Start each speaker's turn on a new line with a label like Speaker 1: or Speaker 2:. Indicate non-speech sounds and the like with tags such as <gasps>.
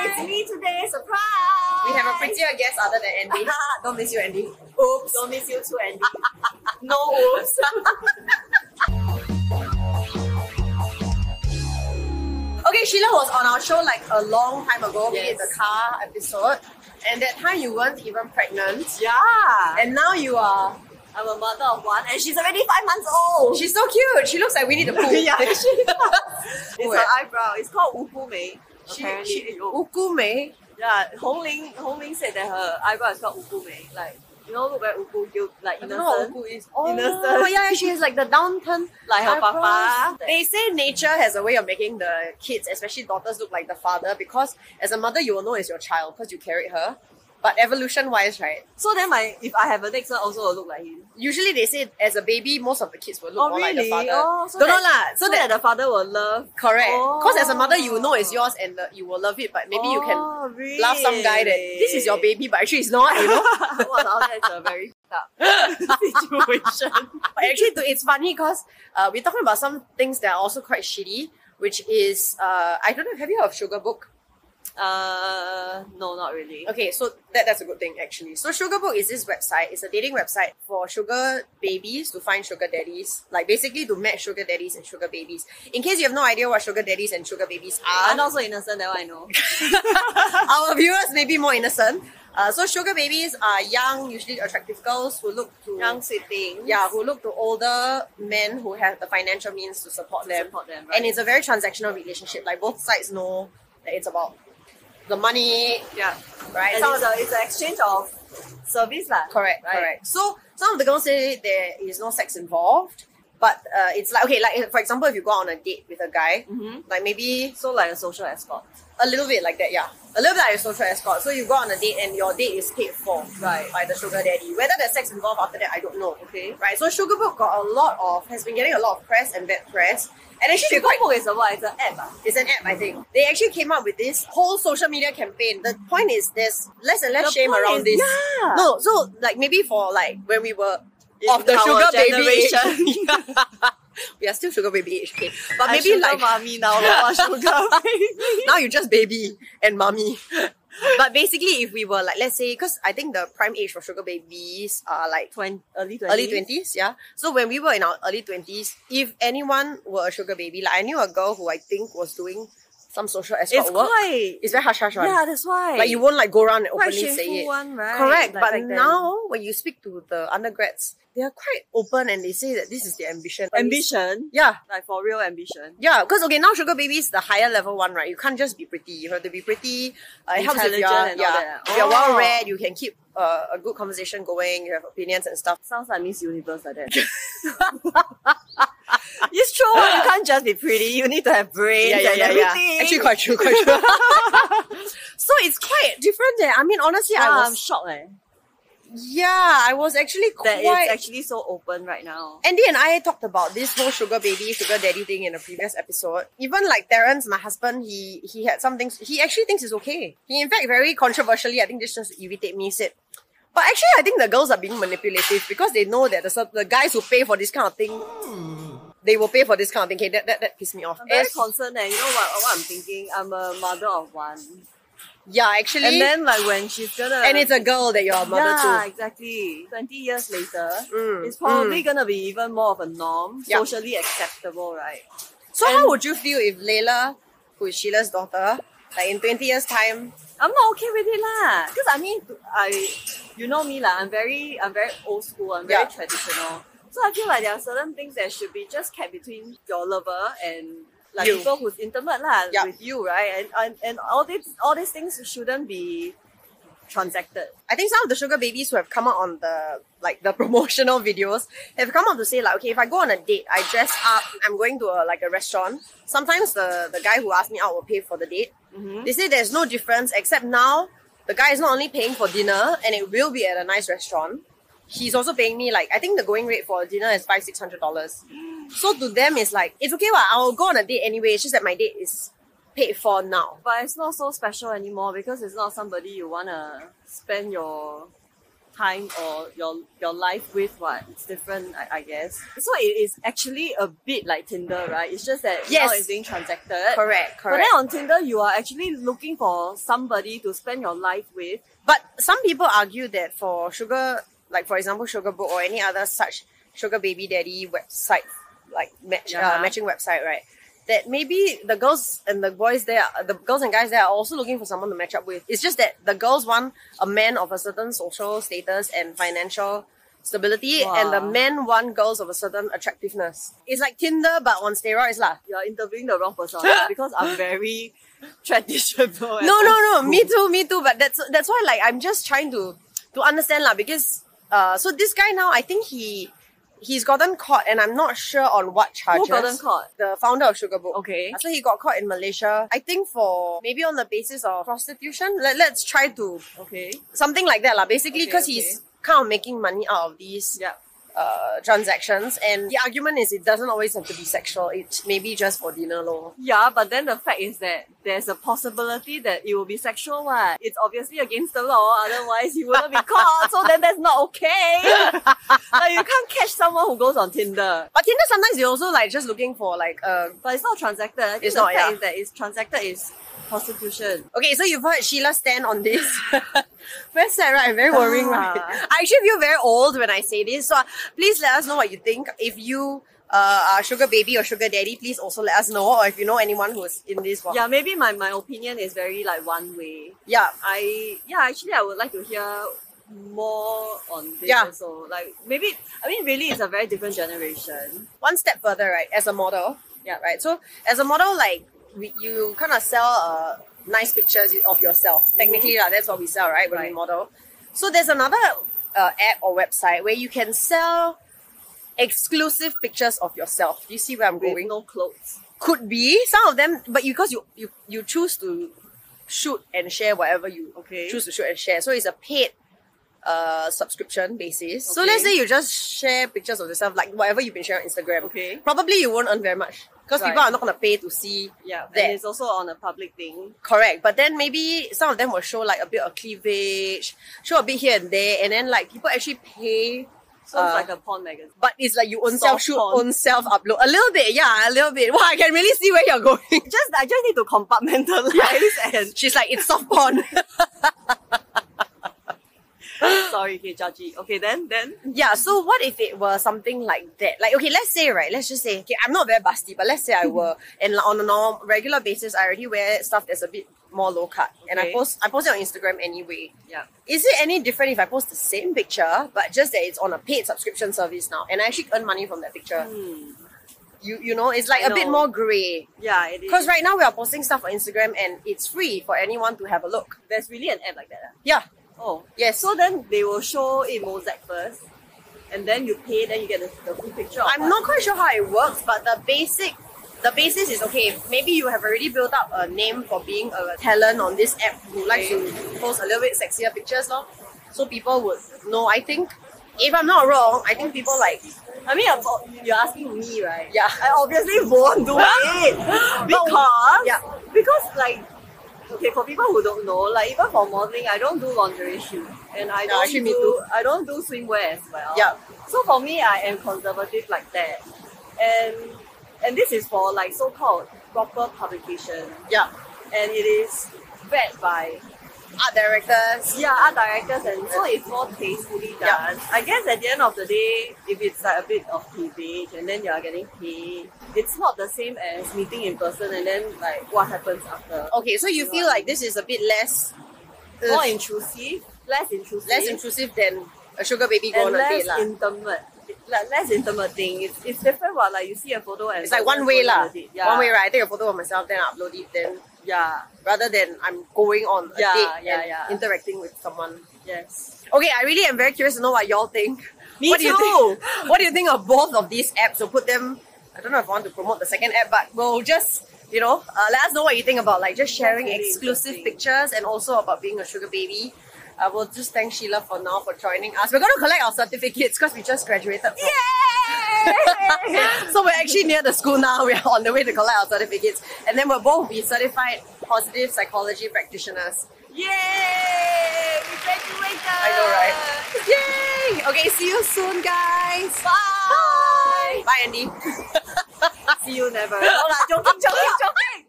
Speaker 1: Andy today. Surprise!
Speaker 2: We have a
Speaker 1: <laughs>
Speaker 2: prettier guest other than Andy. Don't miss you, Andy.
Speaker 1: Oops. Don't miss you too, <laughs> Andy.
Speaker 2: No
Speaker 1: <laughs>
Speaker 2: oops. okay, Sheila was on our show like a long time ago. We did
Speaker 1: Yes.
Speaker 2: the car episode. And that time you weren't even pregnant.
Speaker 1: Yeah.
Speaker 2: And now you are.
Speaker 1: I'm a mother of one, and she's already five months old.
Speaker 2: She's so cute. She looks
Speaker 1: <laughs>
Speaker 2: like Winnie the Pooh. <laughs>
Speaker 1: Yeah, she it's her
Speaker 2: Wait.
Speaker 1: eyebrow. It's called Ubu Mei.
Speaker 2: She,
Speaker 1: apparently.
Speaker 2: she,
Speaker 1: Oh.
Speaker 2: Uku Mei.
Speaker 1: Yeah, Hong Ling, Hong Ling said that her eyebrow is called Ubu Mei. Like, you know, look very Ubu, guilt, like
Speaker 2: I don't know what
Speaker 1: innocent.
Speaker 2: Uku is. Oh,
Speaker 1: Innocent.
Speaker 2: yeah, she has like
Speaker 1: <laughs>
Speaker 2: the downturn.
Speaker 1: Like her papa.
Speaker 2: They say nature has a way of making the kids, especially daughters, look like the father because as a mother, you will know it's your child because you carried her. But evolution wise, right?
Speaker 1: So then, my if I have a next one, also will look like him.
Speaker 2: Usually they say as a baby, most of the kids will look
Speaker 1: Oh,
Speaker 2: more like the
Speaker 1: really?
Speaker 2: father.
Speaker 1: Oh, so
Speaker 2: Don't
Speaker 1: that-
Speaker 2: know lah.
Speaker 1: So, that, the father will love.
Speaker 2: correct. Because as a mother, you will know it's
Speaker 1: Oh.
Speaker 2: yours and the, you will love it, but maybe you can
Speaker 1: Oh, really?
Speaker 2: love some guy that this is your baby, but actually it's not. You know.
Speaker 1: <laughs> wow, that's a
Speaker 2: <laughs>
Speaker 1: very fucked up situation.
Speaker 2: But actually, too, it's funny because uh, we're talking about some things that are also quite shitty, which is uh, I don't know. Have you heard of Sugar Book?
Speaker 1: Uh, no, not really.
Speaker 2: Okay, so that, that's a good thing actually. So Sugar Book is this website. It's a dating website for sugar babies to find sugar daddies, like basically to match sugar daddies and sugar babies. In case you have no idea what sugar daddies and sugar babies are,
Speaker 1: I'm not so innocent that one I know.
Speaker 2: <laughs> our viewers may be more innocent. Uh, so sugar babies are young, usually attractive girls who look to
Speaker 1: Young sitting.
Speaker 2: yeah who look to older men who have the financial means to support
Speaker 1: To
Speaker 2: them.
Speaker 1: support them, right?
Speaker 2: and it's a very transactional relationship. Like both sides know that it's about the money,
Speaker 1: yeah.
Speaker 2: right?
Speaker 1: And
Speaker 2: Some
Speaker 1: it's,
Speaker 2: of the-
Speaker 1: a, it's an exchange of service lah.
Speaker 2: correct,
Speaker 1: Right.
Speaker 2: correct. So some of the girls say there is no sex involved, but uh, it's like okay, like for example, if you go on a date with a guy,
Speaker 1: Mm-hmm.
Speaker 2: like maybe
Speaker 1: So like a social escort.
Speaker 2: a little bit like that, yeah, a little bit like a social escort. So you go on a date and your date is paid for
Speaker 1: Right.
Speaker 2: by the sugar daddy. Whether there's sex involved after that, I don't know.
Speaker 1: Okay.
Speaker 2: Right, so Sugar Book got a lot of has been getting a lot of press and bad press, and actually
Speaker 1: <laughs>
Speaker 2: they're quite
Speaker 1: Shippo is a what? It's an app. Ah.
Speaker 2: It's an app, I think. They actually came up with this whole social media campaign. The point is, there's less and less
Speaker 1: The
Speaker 2: shame
Speaker 1: point
Speaker 2: around
Speaker 1: is-
Speaker 2: this.
Speaker 1: Yeah.
Speaker 2: No, so like maybe for like when we were
Speaker 1: In
Speaker 2: of the
Speaker 1: our
Speaker 2: sugar baby
Speaker 1: <laughs> generation.
Speaker 2: age. <laughs> we are still sugar baby age, okay.
Speaker 1: I
Speaker 2: But maybe
Speaker 1: sugar
Speaker 2: like
Speaker 1: mommy now, <laughs> lah, sugar baby.
Speaker 2: now you're just baby and
Speaker 1: <laughs>
Speaker 2: mommy. but basically, if we were like let's say, because I think the prime age for sugar babies are like
Speaker 1: Twenty early twenty.
Speaker 2: early 20s yeah so when we were in our early 20s if anyone were a sugar baby like i knew a girl who i think was doing some social escort
Speaker 1: It's
Speaker 2: work
Speaker 1: quite.
Speaker 2: it's very hush hush one
Speaker 1: Yeah, that's why.
Speaker 2: like you won't like go around and
Speaker 1: quite
Speaker 2: openly say
Speaker 1: shameful
Speaker 2: it
Speaker 1: one, right?
Speaker 2: correct
Speaker 1: Like
Speaker 2: but
Speaker 1: back then.
Speaker 2: now when you speak to the undergrads they are quite open and they say that this is their ambition But it's-
Speaker 1: ambition,
Speaker 2: yeah
Speaker 1: like for real ambition.
Speaker 2: yeah, because okay now sugar baby is the higher level one, right? You can't just be pretty. You have to be pretty. Uh, it helps if you're yeah,
Speaker 1: Intelligent and all that.
Speaker 2: if you're
Speaker 1: Oh.
Speaker 2: well read. You can keep uh, a good conversation going. You have opinions and stuff.
Speaker 1: Sounds like Miss Universe like that. <laughs> it's true. You can't just be pretty. You need to have brains and everything.
Speaker 2: Actually, quite true, quite true. <laughs> so it's quite different there. I mean, honestly,
Speaker 1: yeah,
Speaker 2: I
Speaker 1: I'm
Speaker 2: was.
Speaker 1: shocked eh,
Speaker 2: Yeah, I was actually
Speaker 1: that
Speaker 2: quite.
Speaker 1: it's actually so open right now.
Speaker 2: Andy and I talked about this whole sugar baby, sugar daddy thing in a previous episode. Even like Terrence, my husband, he he had some things. He actually thinks it's okay. He, in fact, very controversially, I think this just irritate me. Said, but actually, I think the girls are being manipulative because they know that the cer- the guys who pay for this kind of thing, they will pay for this kind of thing. Okay, that that, that pissed me off.
Speaker 1: I'm very
Speaker 2: As-
Speaker 1: concerned and you know what, what I'm thinking? I'm a mother of one.
Speaker 2: yeah, actually,
Speaker 1: And then like when she's gonna
Speaker 2: and it's a girl that you're a mother
Speaker 1: yeah,
Speaker 2: to.
Speaker 1: exactly. Twenty years later,
Speaker 2: Mm,
Speaker 1: it's probably gonna be even more of a norm,
Speaker 2: Yeah.
Speaker 1: socially acceptable, right?
Speaker 2: mm. So how would you feel if Layla, who is Sheila's daughter, like in 20 years' time,
Speaker 1: I'm not okay with it lah. Because I mean, I, you know me lah. I'm very, I'm very old school. I'm very
Speaker 2: Yeah.
Speaker 1: traditional. So I feel like there are certain things that should be just kept between your lover and like
Speaker 2: You.
Speaker 1: people who's intimate lah
Speaker 2: Yeah.
Speaker 1: with you, right? And, and and all these all these things shouldn't be transacted.
Speaker 2: I think some of the sugar babies who have come out on the like the <laughs> promotional videos have come out to say like, okay, if I go on a date, I dress up, I'm going to a, like a restaurant. Sometimes the the guy who asked me out will pay for the date.
Speaker 1: Mm-hmm.
Speaker 2: They say there's no difference except now the guy is not only paying for dinner and it will be at a nice restaurant. He's also paying me like I think the going rate for dinner is five six hundred dollars. So to them it's like it's okay, well, I'll go on a date anyway. It's just that my date is paid for now.
Speaker 1: But it's not so special anymore because it's not somebody you wanna spend your time or your your life with what it's different I, I guess so it is actually a bit like tinder right it's just that
Speaker 2: Yes.
Speaker 1: now it's being transacted
Speaker 2: Correct,
Speaker 1: but
Speaker 2: correct.
Speaker 1: then on tinder you are actually looking for somebody to spend your life with
Speaker 2: But some people argue that for sugar, like for example, Sugar Book or any other such sugar baby daddy website, like match uh,
Speaker 1: Yeah.
Speaker 2: matching website, right? That maybe the girls and the boys there, the girls and guys there are also looking for someone to match up with. It's just that the girls want a man of a certain social status and financial stability,
Speaker 1: Wow.
Speaker 2: and the men want girls of a certain attractiveness. It's like Tinder but on steroids, lah.
Speaker 1: you're interviewing the wrong person
Speaker 2: <gasps>
Speaker 1: because I'm very <laughs> traditional. and
Speaker 2: no, no, no.
Speaker 1: old
Speaker 2: Me
Speaker 1: school.
Speaker 2: too, me too. But that's that's why like I'm just trying to to understand lah because uh so this guy now I think he he's gotten caught and I'm not sure on what charges.
Speaker 1: Who gotten caught?
Speaker 2: The founder of Sugarbook.
Speaker 1: Okay.
Speaker 2: So he got caught in Malaysia. I think for maybe on the basis of prostitution. Let, let's try to
Speaker 1: Okay.
Speaker 2: something like that lah. Basically
Speaker 1: Okay,
Speaker 2: because
Speaker 1: okay.
Speaker 2: he's kind of making money out of these
Speaker 1: Yeah.
Speaker 2: uh, transactions and the argument is it doesn't always have to be sexual. It maybe just for dinner lor.
Speaker 1: Yeah, but then the fact is that there's a possibility that it will be sexual. What? It's obviously against the law. Otherwise, you wouldn't be caught. So then that's not okay.
Speaker 2: <laughs>
Speaker 1: like you can't catch someone who goes on Tinder.
Speaker 2: But Tinder sometimes they also like just looking for like a
Speaker 1: But it's not transacted. I think
Speaker 2: It's
Speaker 1: the
Speaker 2: not,
Speaker 1: fact
Speaker 2: yeah.
Speaker 1: is that it's transacted is prostitution.
Speaker 2: Okay, so you've heard Sheila stand on this. <laughs> very sad, right? Very worrying, right?
Speaker 1: Ah.
Speaker 2: I actually feel very old when I say this. So uh, please let us know what you think. If you uh, are sugar baby or sugar daddy, please also let us know. Or if you know anyone who's in this one.
Speaker 1: Yeah, maybe my, my opinion is very like one way.
Speaker 2: Yeah.
Speaker 1: I yeah, actually I would like to hear more on this
Speaker 2: Yeah.
Speaker 1: also. Like maybe I mean really it's a very different generation.
Speaker 2: One step further, right? As a model.
Speaker 1: Yeah.
Speaker 2: Right. So as a model, like we, you kind of sell uh, nice pictures of yourself. Technically, lah, that's what we sell, right? When we
Speaker 1: Mm-hmm. Right.
Speaker 2: model. So there's another uh, app or website where you can sell exclusive pictures of yourself. Do you see where I'm
Speaker 1: With
Speaker 2: going?
Speaker 1: no clothes.
Speaker 2: could be some of them but you- because you you, you choose to shoot and share whatever you
Speaker 1: Okay.
Speaker 2: choose to shoot and share so it's a paid uh subscription basis so
Speaker 1: Okay.
Speaker 2: let's say you just share pictures of yourself like whatever you've been sharing on instagram
Speaker 1: Okay.
Speaker 2: probably you won't earn very much because people
Speaker 1: Right.
Speaker 2: are not going to pay to see
Speaker 1: Yeah.
Speaker 2: That-
Speaker 1: And it's also on a public thing.
Speaker 2: correct but then maybe some of them will show like a bit of cleavage show a bit here and there and then like people actually pay
Speaker 1: So
Speaker 2: Uh,
Speaker 1: it's like a porn magazine.
Speaker 2: but it's like you own
Speaker 1: Soft
Speaker 2: self shoot,
Speaker 1: porn.
Speaker 2: own self upload. A little bit, yeah, a little bit. Wow, I can really see where you're <laughs> going.
Speaker 1: Just I just need to
Speaker 2: <laughs>
Speaker 1: compartmentalize and <laughs>
Speaker 2: She's like, it's soft porn. <laughs>
Speaker 1: sorry, okay, judgy. Okay, then then
Speaker 2: Yeah, so what if it were something like that? Like, okay, let's say, right, let's just say, okay, I'm not very busty, but let's say I <laughs> were, and like, on a normal, regular basis, I already wear stuff that's a bit more low cut, and I
Speaker 1: Okay.
Speaker 2: post, I post it on Instagram anyway.
Speaker 1: yeah.
Speaker 2: Is it any different if I post the same picture, but just that it's on a paid subscription service now, and I actually earn money from that picture?
Speaker 1: Hmm.
Speaker 2: You, you know, it's like
Speaker 1: I
Speaker 2: a bit
Speaker 1: know.
Speaker 2: more gray.
Speaker 1: Yeah, it is.
Speaker 2: Because right now we are posting stuff on Instagram, and it's free for anyone to have a look.
Speaker 1: there's really an app like that. ah.
Speaker 2: Yeah,
Speaker 1: Oh.
Speaker 2: yes.
Speaker 1: So then they will show it mosaic first. And then you pay, then you get the, the full picture. of
Speaker 2: I'm
Speaker 1: what-
Speaker 2: not quite sure how it works, but the basic, the basis is okay. Maybe you have already built up a name for being a talent on this app who likes to post a little bit sexier pictures, lor. So people would know. I think, if I'm not wrong, I think people like
Speaker 1: I mean, I'm ob- you're asking me, right?
Speaker 2: Yeah. <laughs>
Speaker 1: I obviously won't do it
Speaker 2: <gasps>
Speaker 1: because
Speaker 2: Yeah.
Speaker 1: because like okay for people who don't know, like even for modeling, I don't do lingerie shoot and I
Speaker 2: Yeah,
Speaker 1: don't
Speaker 2: actually
Speaker 1: do
Speaker 2: me too.
Speaker 1: I don't do swimwear as well.
Speaker 2: Yeah.
Speaker 1: So for me, I am conservative like that, and and this is for like so called proper publication,
Speaker 2: yeah
Speaker 1: and it is read by
Speaker 2: art directors.
Speaker 1: yeah, art directors, and so it's more tastefully done.
Speaker 2: Yeah.
Speaker 1: I guess at the end of the day, if it's like a bit of cleavage and then you are getting paid, it's not the same as meeting in person and then like what happens after.
Speaker 2: Okay, so you feel like this is a bit less, uh,
Speaker 1: More intrusive, less intrusive,
Speaker 2: less intrusive than a sugar baby go
Speaker 1: and
Speaker 2: on a
Speaker 1: less
Speaker 2: date, lah.
Speaker 1: intimate. Like less intimate thing. It's, it's different. What like you see a photo and
Speaker 2: It's like one
Speaker 1: someone
Speaker 2: way,
Speaker 1: going on
Speaker 2: lah.
Speaker 1: a date. Yeah.
Speaker 2: One way, right? I take a photo of myself, then I upload it, then
Speaker 1: Yeah.
Speaker 2: rather than I'm going on a
Speaker 1: Yeah,
Speaker 2: date
Speaker 1: yeah,
Speaker 2: and
Speaker 1: yeah.
Speaker 2: interacting with someone.
Speaker 1: Yes.
Speaker 2: Okay, I really am very curious to know what y'all think.
Speaker 1: Me
Speaker 2: what Do you <laughs>
Speaker 1: too. <laughs>
Speaker 2: think, what do you think of both of these apps? We'll put them. I don't know if I want to promote the second app, but we'll just you know uh, let us know what you think about like just sharing
Speaker 1: That's really
Speaker 2: exclusive
Speaker 1: interesting.
Speaker 2: pictures and also about being a sugar baby. Uh, we'll just thank Sheila for now for joining us. We're going to collect our certificates because we just graduated. From-
Speaker 1: <laughs>
Speaker 2: <laughs> so we're actually near the school now. We're on the way to collect our certificates, and then we'll both be certified positive psychology practitioners.
Speaker 1: Yay! Congratulations!
Speaker 2: I know, right? Yay! Okay, see you soon, guys.
Speaker 1: Bye!
Speaker 2: Bye, Andy. <laughs>
Speaker 1: See you never. No lah, joking, joking, joking.